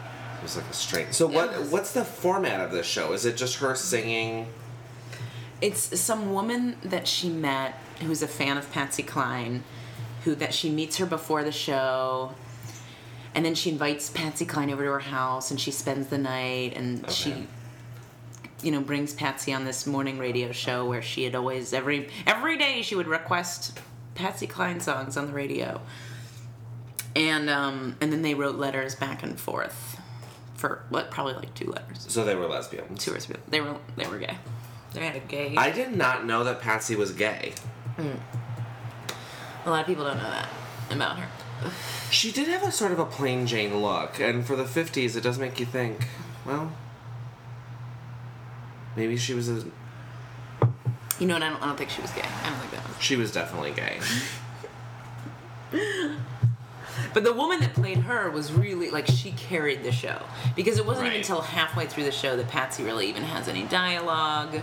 It was like a straight. So what? What's the format of this show? Is it just her singing? It's some woman that she met who's a fan of Patsy Cline, who that she meets her before the show, and then she invites Patsy Cline over to her house and she spends the night and Okay. she you know brings Patsy on this morning radio show where she had always every every day she would request Patsy Cline songs on the radio. And um and then they wrote letters back and forth for what probably like two letters. So they were lesbians. Two or three. They were they were gay. They had a gay I did not know that Patsy was gay. A lot of people don't know that about her. She did have a sort of a plain Jane look, and for the 50s, it does make you think, well, maybe she was a. You know what? I don't, I don't think she was gay. I don't think that was. She was definitely gay. But the woman that played her was really like she carried the show because it wasn't even Right. until halfway through the show that Patsy really even has any dialogue.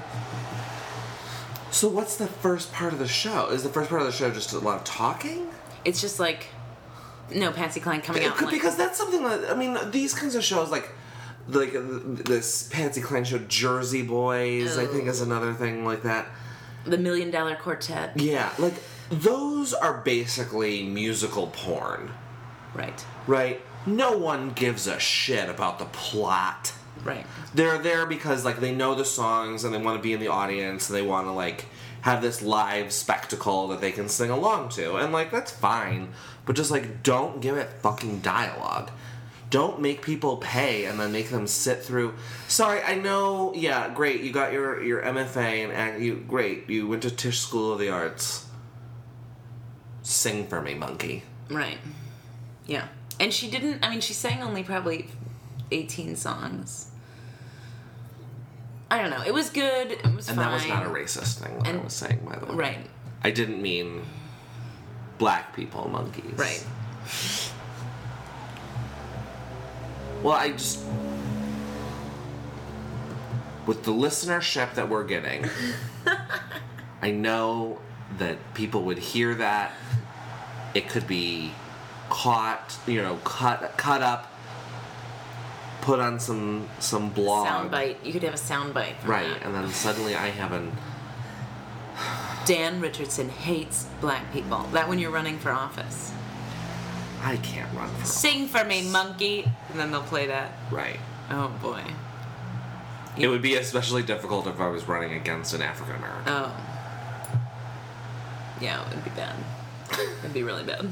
So, what's the first part of the show? Is the first part of the show just a lot of talking? It's just like, no, Patsy Cline coming It out. could- and, like, because that's something that I mean, these kinds of shows like like uh, this Patsy Cline show, Jersey Boys, I think is another thing like that. the Million Dollar Quartet, Yeah, like those are basically musical porn, right? right? No one gives a shit about the plot. Right. They're there because like they know the songs and they want to be in the audience and they want to like have this live spectacle that they can sing along to and like that's fine, but just like don't give it fucking dialogue. Don't make people pay and then make them sit through. Sorry, I know. Yeah, great. You got your your MFA and act, you great. You went to Tisch School of the Arts. Sing for me, monkey. Right. Yeah. And she didn't. I mean, she sang only probably eighteen songs. I don't know. It was good. It was And fine. that was not a racist thing that I And- was saying, by the way. Right. I didn't mean black people monkeys. Right. Well, I just with the listenership that we're getting, I know that people would hear that. It could be caught, you know, cut cut up, put on some some blog. Sound bite. You could have a sound bite. From Right, that. and then suddenly I have an Dan Richardson hates black people. That when you're running for office. I can't run for Sing for me, monkey. And then they'll play that. right. Oh boy. It would be especially difficult if I was running against an African American. Oh. Yeah, it would be bad. It'd be really bad.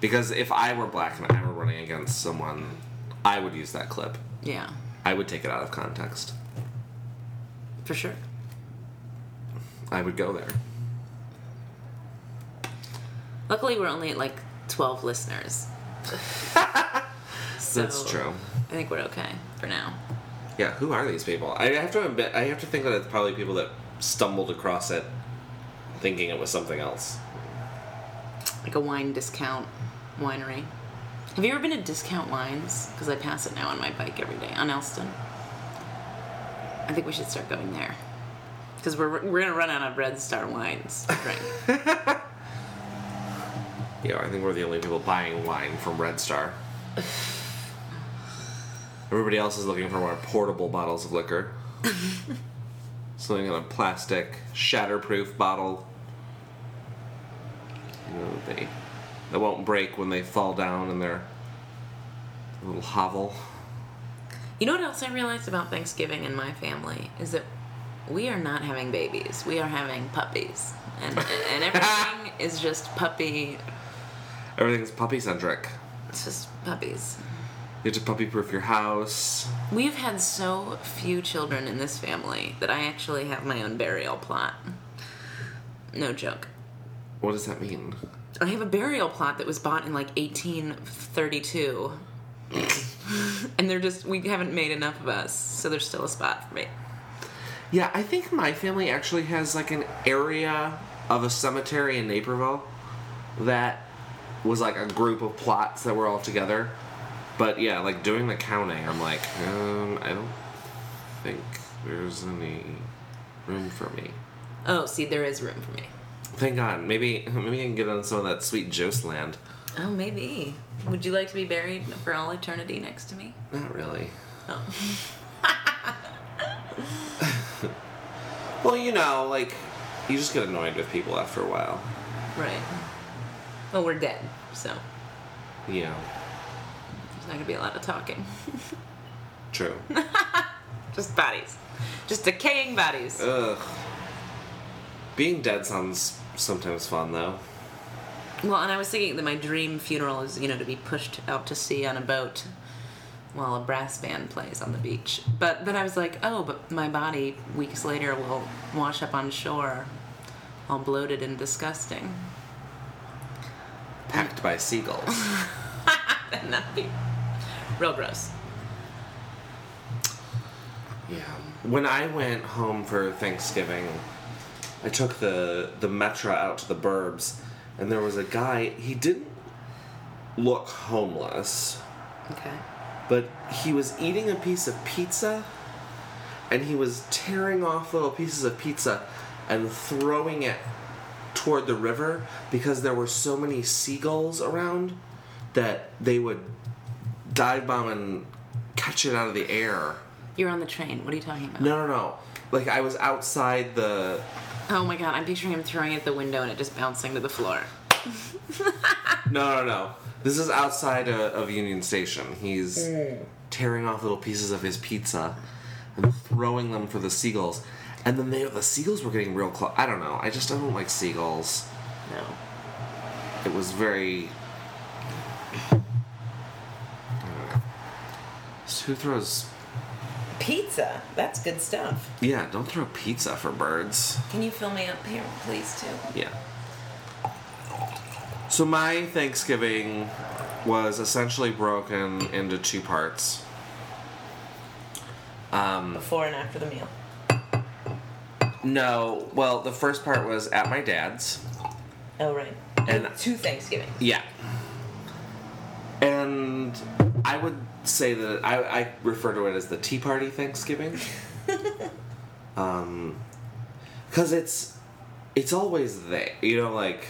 Because if I were black and I were running against someone, I would use that clip. Yeah, I would take it out of context. for sure. I would go there. Luckily, we're only at like 12 listeners. so That's true. I think we're okay for now. Yeah, who are these people? I have to admit, I have to think that it's probably people that stumbled across it thinking it was something else. Like a wine discount winery. Have you ever been to Discount Wines? Because I pass it now on my bike every day on Elston. I think we should start going there. Because we're, we're going to run out of Red Star wines. Right. Yeah, I think we're the only people buying wine from Red Star. Everybody else is looking for more portable bottles of liquor. Something in a plastic, shatterproof bottle. You know, they that won't break when they fall down in their little hovel. You know what else I realized about Thanksgiving in my family is that we are not having babies. We are having puppies. And, and everything is just puppy. Everything's puppy centric. It's just puppies. You have to puppy proof your house. We've had so few children in this family that I actually have my own burial plot. No joke. What does that mean? I have a burial plot that was bought in like 1832. and they're just, we haven't made enough of us, so there's still a spot for me. Yeah, I think my family actually has like an area of a cemetery in Naperville that was like a group of plots that were all together. But yeah, like doing the counting, I'm like, um, I don't think there's any room for me. Oh, see, there is room for me. Thank God. Maybe maybe I can get on some of that sweet Jost land. Oh, maybe. Would you like to be buried for all eternity next to me? Not really. Oh. Well, you know, like you just get annoyed with people after a while. Right. Well, we're dead, so You know, there's not gonna be a lot of talking. true. Just bodies. Just decaying bodies. Ugh. Being dead sounds sometimes fun though. Well, and I was thinking that my dream funeral is, you know, to be pushed out to sea on a boat while a brass band plays on the beach. But then I was like, oh, but my body weeks later will wash up on shore all bloated and disgusting. Packed by seagulls. and that'd be real gross. yeah. When I went home for Thanksgiving, I took the the metro out to the burbs, and there was a guy. He didn't look homeless. Okay. but he was eating a piece of pizza and he was tearing off little pieces of pizza and throwing it toward the river because there were so many seagulls around that they would dive bomb and catch it out of the air. You're on the train. What are you talking about? No, no, no. Like I was outside the Oh my god, I'm picturing him throwing it at the window and it just bouncing to the floor. No, no, no. This is outside uh, of Union Station. He's tearing off little pieces of his pizza and throwing them for the seagulls. And then they, the seagulls were getting real close. I don't know. I just don't like seagulls. No. It was very. I don't know. So Who throws? Pizza. That's good stuff. Yeah, don't throw pizza for birds. Can you fill me up here, please, too? Yeah. So my Thanksgiving was essentially broken into two parts. Mm. Before and after the meal. No, well, the first part was at my dad's. Oh, right. And- two Thanksgivings. Yeah. And I would say that I, I refer to it as the Tea Party Thanksgiving. um, because it's it's always there, you know, like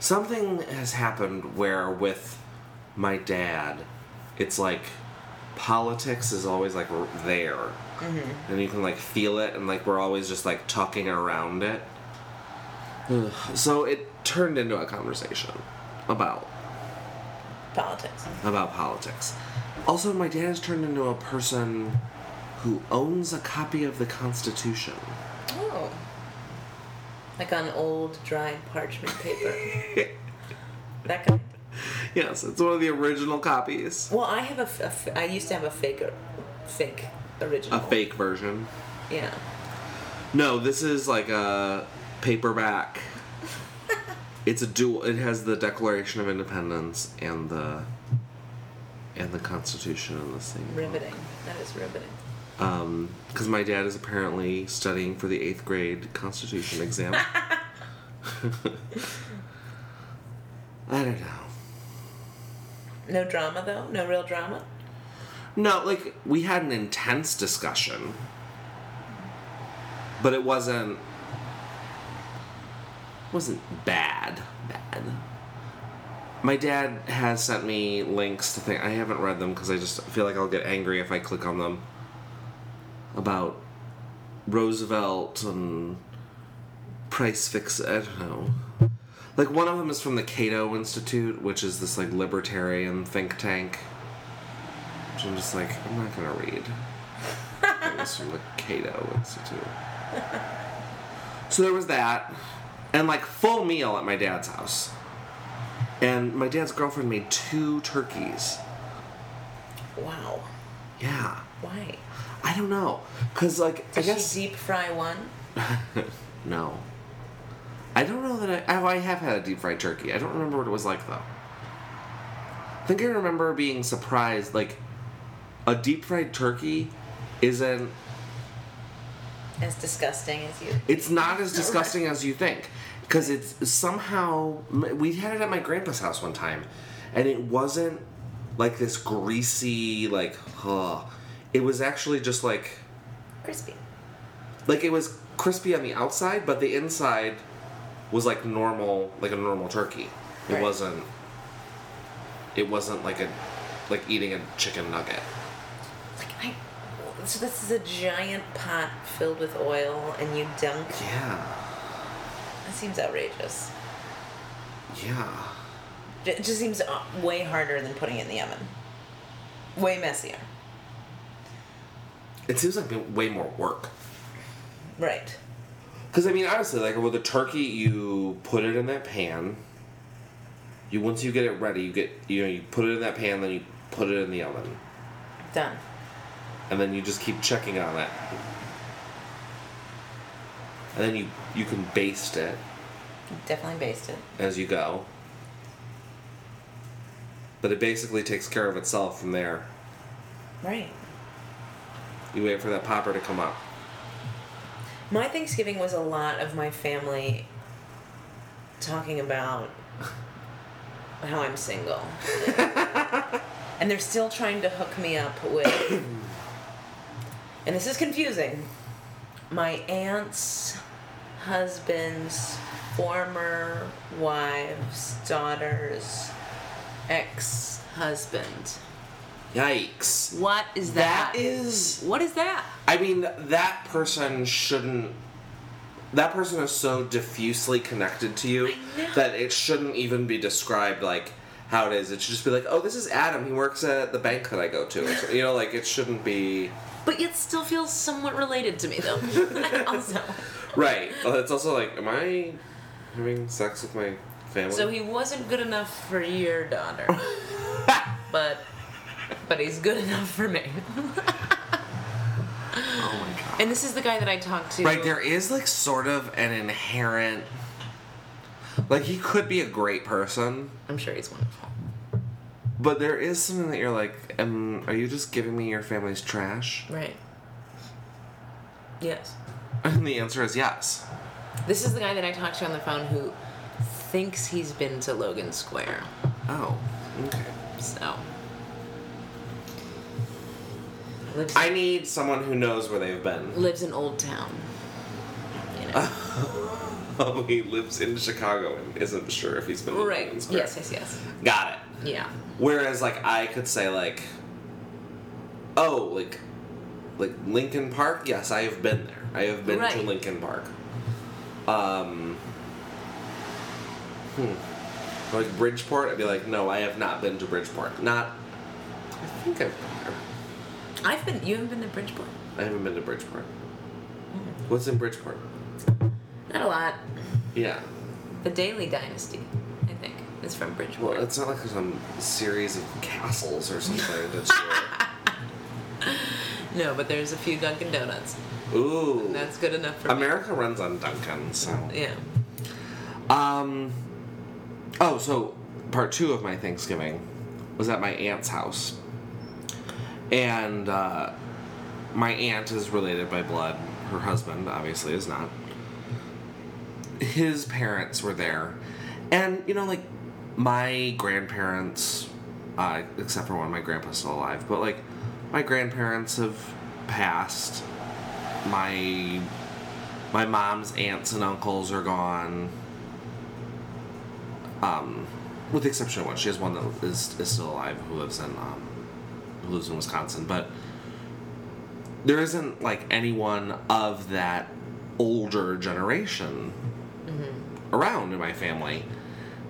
something has happened where with my dad, it's like politics is always like r- there, and you can like feel it, and like we're always just like talking around it. So it turned into a conversation about Politics. about politics. Also, my dad has turned into a person who owns a copy of the Constitution. Oh. Like on old, dried parchment paper. that kind. Yes, it's one of the original copies. Well, I have a, f- a f- I used to have a fake, or- fake original. A fake version. Yeah. No, this is like a paperback. it's a dual. It has the Declaration of Independence and the and the Constitution in the same. book. Riveting. That is riveting. because Um, my dad is apparently studying for the eighth grade Constitution exam. I don't know. No drama, though? No real drama? No, like we had an intense discussion, but it wasn't wasn't bad. Bad. My dad has sent me links to things. I haven't read them because I just feel like I'll get angry if I click on them. About Roosevelt and price fix. I don't know. Like one of them is from the Cato Institute, which is this like libertarian think tank. Which I'm just like, I'm not gonna read. It's from the Cato Institute. So there was that, and like full meal at my dad's house. And my dad's girlfriend made two turkeys. Wow. Yeah, Why? I don't know, cause like Did I guess she deep fry one? No. I don't know that I. Oh, I have had a deep fried turkey. I don't remember what it was like though. I think I remember being surprised. Like, a deep fried turkey isn't. As disgusting as you. It's not as disgusting as you think, because it's somehow we had it at my grandpa's house one time, and it wasn't like this greasy like. Huh. It was actually just like. Crispy. like it was crispy on the outside, but the inside was like normal, like a normal turkey. It Right. wasn't. It wasn't like a, like eating a chicken nugget. Like I. So this is a giant pot filled with oil, and you dunk. Yeah, That seems outrageous. yeah. It just seems uh, way harder than putting it in the oven. Way messier. It seems like way more work. Right. Because I mean, honestly, like with a turkey, you put it in that pan. You once you get it ready, you get you know you put it in that pan, then you put it in the oven, Done. and then you just keep checking on it. And then you you can baste it. Definitely basted. as you go. But it basically takes care of itself from there. Right. You wait for that popper to come up. My Thanksgiving was a lot of my family talking about how I'm single. and they're still trying to hook me up with. and this is confusing. My aunt's husband's former wives, daughters, ex husband. Yikes. What is That is. What is that? I mean, that person shouldn't. That person is so diffusely connected to you I know. that it shouldn't even be described like how it is. It should just be like, oh, this is Adam. He works at the bank that I go to. Or something. You know, like it shouldn't be. But yet still feels somewhat related to me though. also. Right. Well, It's also like, am I having sex with my family? So he wasn't good enough for your daughter. but but he's good enough for me. oh my god. and this is the guy that I talked to. Right, there is like sort of an inherent like he could be a great person, I'm sure he's wonderful. but there is something that you're like, um, are you just giving me your family's trash? Right. Yes. And the answer is yes. This is the guy that I talked to on the phone who thinks he's been to Logan Square. Oh, okay. So lives, I need someone who knows where they've been. lives in Old Town. You know. Oh, he lives in Chicago and isn't sure if he's been to right. Union Square. Yes, yes, yes. Got it. Yeah. Whereas, like, I could say, like, oh, like, like Lincoln Park. Yes, I have been there. I have been to Right. Lincoln Park. Um, hmm. Like Bridgeport, I'd be like, no, I have not been to Bridgeport. Not. I think I've been there. I've been you haven't been to Bridgeport? I haven't been to Bridgeport. What's in Bridgeport? Not a lot. Yeah. The Daily Dynasty, I think, is from Bridgeport. Well, it's not like there's some series of castles or something. That's no, but there's a few Dunkin' Donuts. ooh. That's good enough for me. America runs on Duncan, so. Yeah. Um. Oh, so part two of my Thanksgiving was at my aunt's house, and uh, my aunt is related by blood. Her husband, obviously, is not. His parents were there, and you know, like my grandparents, uh, except for one, my grandpa's still alive, but like my grandparents have passed. My my mom's aunts and uncles are gone um, with the exception of one. She has one that is, is still alive who lives in um, who lives in Wisconsin, but there isn't like anyone of that older generation around in my family.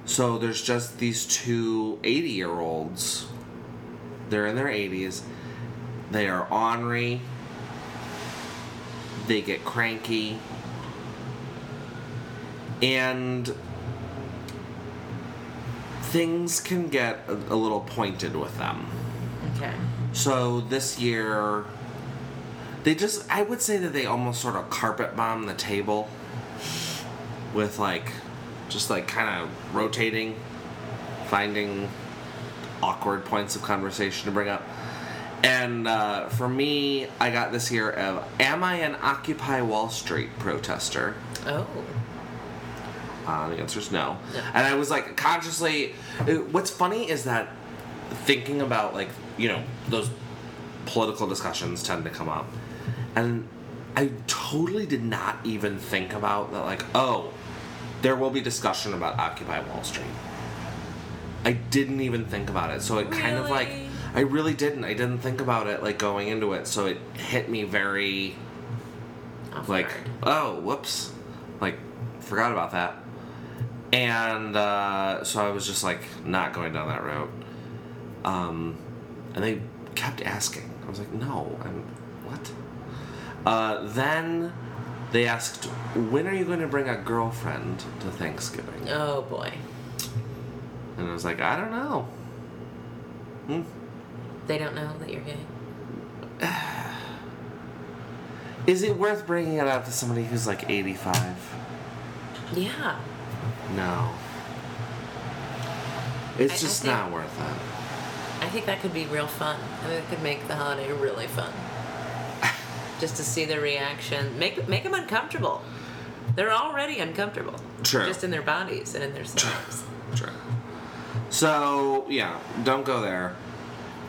So there's just these two 80 year olds. They're in their 80s. They are ornery. They get cranky. And things can get a, a little pointed with them. Okay. So this year, they just, I would say that they almost sort of carpet bomb the table with like, just like kind of rotating, finding awkward points of conversation to bring up. And uh, for me, I got this year of Am I an Occupy Wall Street protester? Oh. Uh, the answer is no. Yeah. And I was like consciously. it- What's funny is that thinking about like you know those political discussions tend to come up, and I totally did not even think about that. Like oh, there will be discussion about Occupy Wall Street. I didn't even think about it, so it kind of like Really? I really didn't. I didn't think about it like going into it, so it hit me very Off like guard. oh whoops like forgot about that and uh, so i was just like not going down that route um, and they kept asking i was like no i'm what uh, then they asked when are you going to bring a girlfriend to thanksgiving Oh boy. and i was like i don't know hmm. They don't know that you're gay. is it worth bringing it up to somebody who's like 85 Yeah. no I- I it's just think- not worth it I think that could be real fun. I think it could make the holiday really fun. Just to see their reaction, make make them uncomfortable. They're already uncomfortable. True. Just in their bodies and in their selves. True. So yeah, don't go there.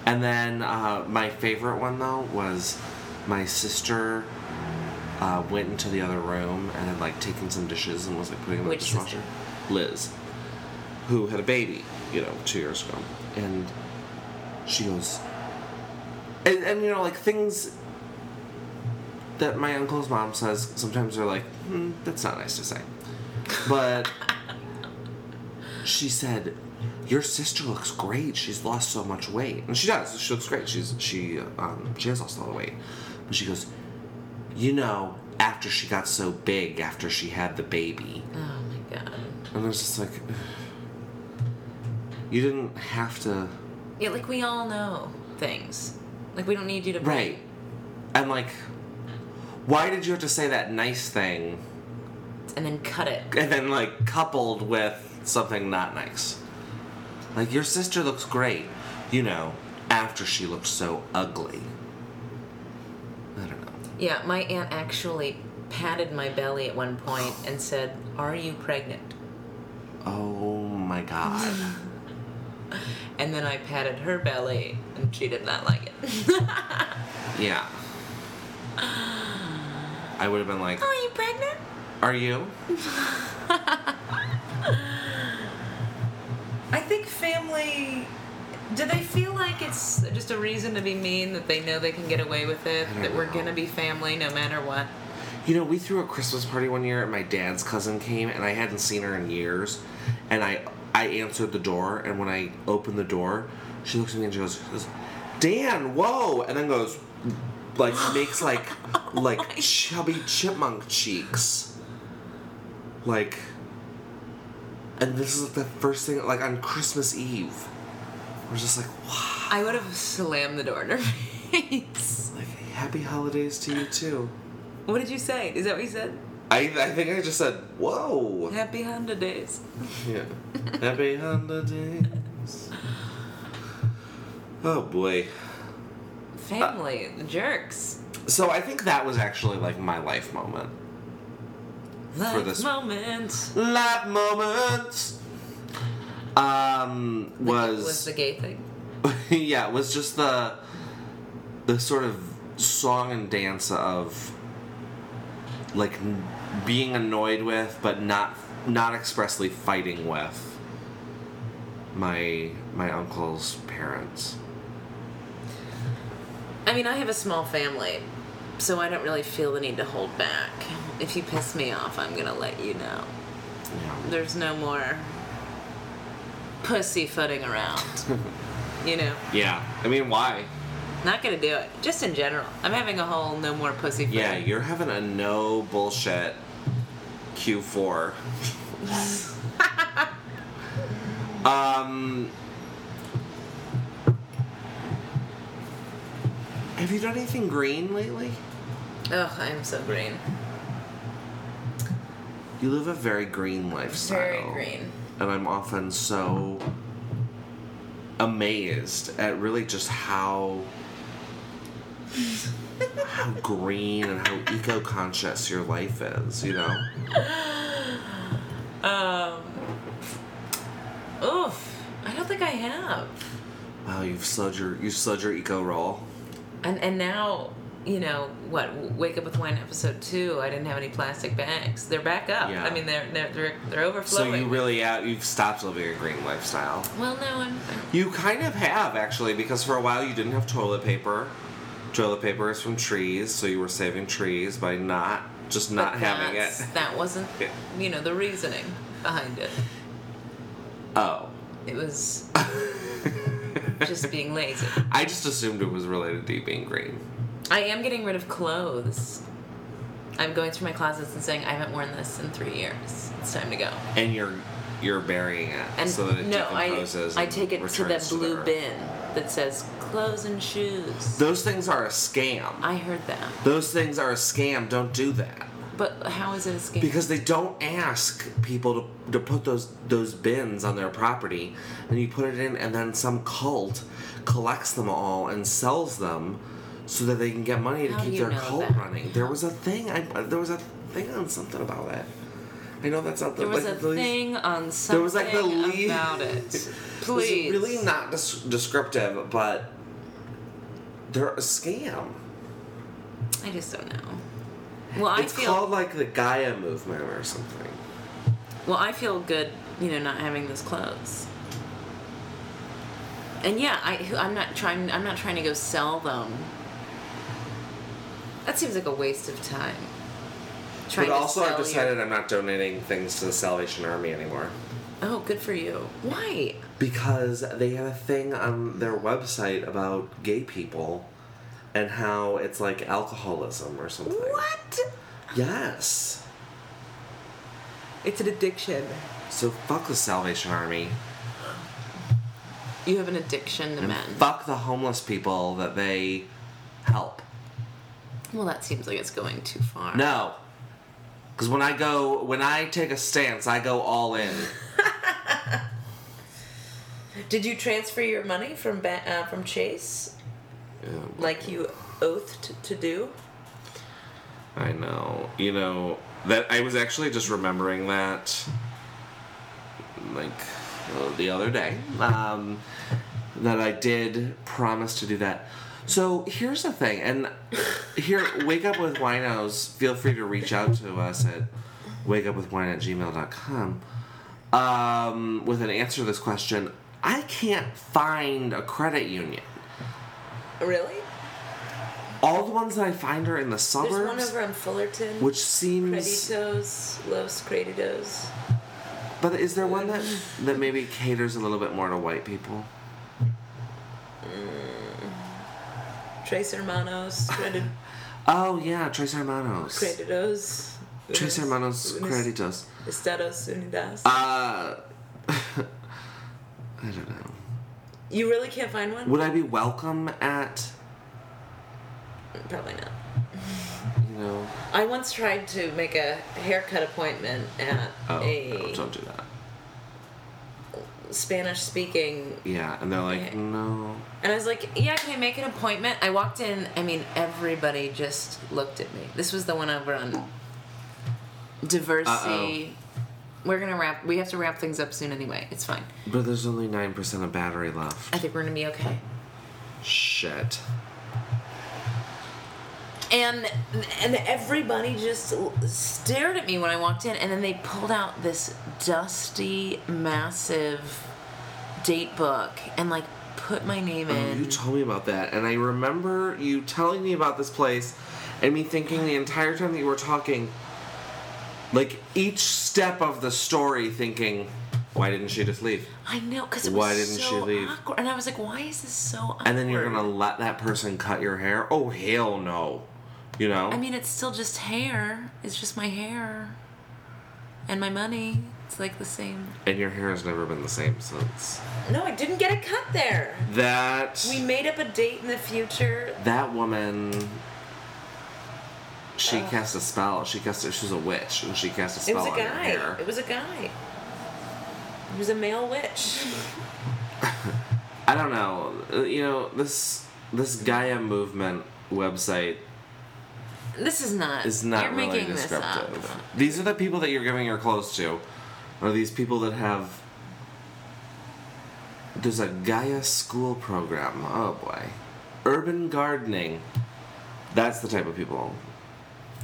And then uh, my favorite one though was my sister uh, went into the other room and had like taken some dishes and was like putting them Which in the dishwasher. sister? Liz, who had a baby, you know, two years ago, and she goes, and, and you know, like things that my uncle's mom says sometimes are like, hmm, that's not nice to say, but. She said, "Your sister looks great. She's lost so much weight, and she does. She looks great. She's she um, she has lost a lot of weight." But she goes, "You know, after she got so big, after she had the baby, Oh my god. and I was just like, you didn't have to, Yeah, like we all know things. Like we don't need you to right? And like, why did you have to say that nice thing, and then cut it. and then like coupled with something not nice? Like your sister looks great, you know, after she looked so ugly." I don't know. Yeah, my aunt actually patted my belly at one point and said, "Are you pregnant?" Oh my god. And then I patted her belly, and she did not like it. yeah. I would have been like, Are you pregnant? "Are you?" I think family. Do they feel like it's just a reason to be mean that they know they can get away with it, I don't that we're know. gonna be family no matter what? You know, we threw a Christmas party one year, and my dad's cousin came, and I hadn't seen her in years. And I, I answered the door, and when I opened the door, she looks at me and she goes, goes, "Dan, whoa!" And then goes, like makes like, like chubby chipmunk cheeks, like. And this is like the first thing, like on Christmas Eve, we're just like, wow, I would have slammed the door in her face. like happy holidays to you too. What did you say? Is that what you said? I, I think I just said, whoa. Happy Honda days. Yeah. Happy holidays. Oh boy. Family, jerks. So I think that was actually like my life moment. Life this- moment. Life moments. Um was, Was the gay thing. yeah, it was just the the sort of song and dance of like n- being annoyed with but not not expressly fighting with my my uncle's parents. I mean, I have a small family, so I don't really feel the need to hold back. If you piss me off, I'm gonna let you know. there's no more pussyfooting around. you know, Yeah. I mean, why? not gonna do it. Just in general, I'm having a whole no more pussyfooting. Yeah, you're having a no bullshit Q4. um. Have you done anything green lately? Ugh, I'm so green. You live a very green lifestyle. Very green. And I'm often so amazed at really just how how green and how eco-conscious your life is, you know? Um. Oof. I don't think I have. Wow, you've slowed your you slowed your eco roll. And and now you know what? Wake up with wine episode two. I didn't have any plastic bags. They're back up. Yeah. I mean, they're they're they're, they're So overflowing. you really out you've stopped living a green lifestyle. well, no, I'm, I'm- You kind of have actually, because for a while you didn't have toilet paper. Toilet paper is from trees, so you were saving trees by not just not but having that's- it. That wasn't Yeah. you know the reasoning behind it. Oh. It was just being lazy. I just assumed it was related to you being green. I am getting rid of clothes. I'm going through my closets and saying I haven't worn this in three years. It's time to go. And you're you're burying it And so that it no, I, decomposes. I and take it to that returns blue earth. bin that says clothes and shoes. Those things are a scam. I heard that. Those things are a scam. Don't do that. But how is it a scam? Because they don't ask people to, to put those those bins on their property, and you put it in, and then some cult collects them all and sells them, so that they can get money to How do keep you their know cult that? running. There was a thing. I there was a thing on something about that. I know that's not the there was like, a the least- thing on something There was like the lead about It's it. Please. really not des- descriptive, but they're a scam. I just don't know. Well, it's I feel called like the Gaia movement or something. well. I feel good, you know, not having those clothes. And yeah, I I'm not trying. I'm not trying to go sell them. That seems like a waste of time. Trying But also, to I've sell your- decided I'm not donating things to the Salvation Army anymore Oh, good for you. Why? because they had a thing on their website about gay people and how it's like alcoholism or something. What? Yes. It's an addiction. So fuck the Salvation Army. You have an addiction to men. Fuck the homeless people that they help. Well, that seems like it's going too far. No. Because when I go, when I take a stance, I go all in. Did you transfer your money from ba- uh, from Chase like you oathed to do? I know. You know, that I was actually just remembering that, like, uh, the other day, um, that I did promise to do that. So here's the thing, and here, Wake Up With Winos, feel free to reach out to us at wakeupwithwine at gmail.com um, with an answer to this question. I can't find a credit union. Really? All the ones that I find are in the There's one suburbs, over on Fullerton. which seems. Creditos, Los Creditos. But is there one that that maybe caters a little bit more to white people? Trace Hermanos, Credit, Oh yeah, Tres Hermanos. Creditos. Tres Hermanos Unos- Creditos. Estados Unidos. Uh, I don't know. you really can't find one? Would I be welcome at Probably not. you know? I once tried to make a haircut appointment at Oh, no, a don't do that. Spanish speaking Yeah, and they're like, Okay. no. And I was like, yeah, can I make an appointment? I walked in, I mean, everybody just looked at me. This was the one over on diversity. We're gonna wrap, we have to wrap things up soon anyway. It's fine. But there's only nine percent of battery I left. think we're gonna be okay. Shit. And and everybody just l- stared at me when I walked in, and then they pulled out this dusty, massive date book and like put my name Oh, in. you told me about that, and I remember you telling me about this place, and me thinking the entire time that you were talking, like each step of the story thinking, why didn't she just leave? I know because it was Why didn't she so leave? awkward, and I was like, "Why is this so?" Awkward? And then you're gonna let that person cut your hair? Oh hell no. You know? I mean, it's still just hair. It's just my hair and my money. It's like the same. and your hair has never been the same since. No, I didn't get a cut there. That We made up a date in the future. that woman she cast a spell. She cast a, she was a witch and she cast a It spell was a on your guy. hair. It was a guy. He was a male witch. I don't know. Uh, You know, this this Gaia movement website This is not. is not you're really making this up. descriptive. These are the people that you're giving your clothes to. Are these people that have there's a Gaia school program. Oh boy. Urban gardening. That's the type of people.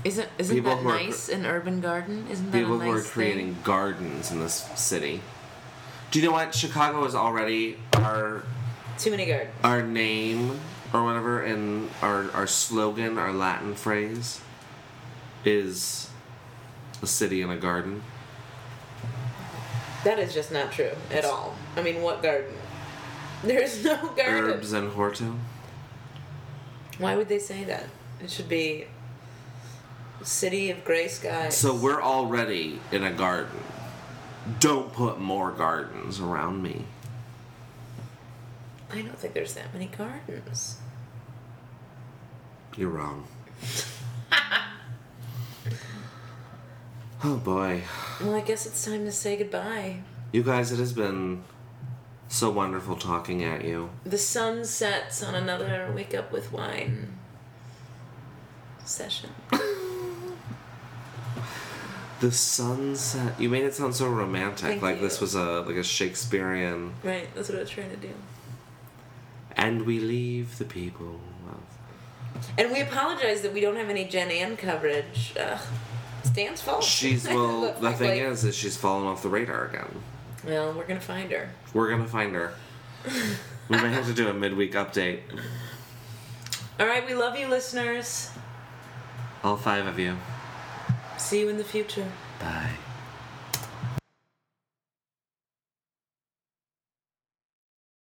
Isn't isn't People that who are- nice? An urban garden isn't that People a nice who are thing? creating gardens in this city. Do you know what? Chicago is already our Too many gardens. our name or whatever and our our slogan, our Latin phrase is a city in a garden. That is just not true at all. I mean, what garden? There's no garden. Herbs and Horto. Why would they say that? It should be city of gray skies. So we're already in a garden. Don't put more gardens around me. I don't think there's that many gardens. You're wrong. oh boy. Well, I guess it's time to say goodbye. You guys, it has been so wonderful talking at you. The sun sets on another wake up with wine session. The sunset. You made it sound so romantic, Thank like you. this was a like a Shakespearean. Right, that's what I was trying to do. And we leave the people. And we apologize that we don't have any Jen Ann coverage. Ugh. It's Dan's fault. She's well. Look, the thing like- is, is she's fallen off the radar again. Well, we're gonna find her. We're gonna find her. we might have to do a midweek update. All right, we love you, listeners. All five of you. See you in the future. Bye.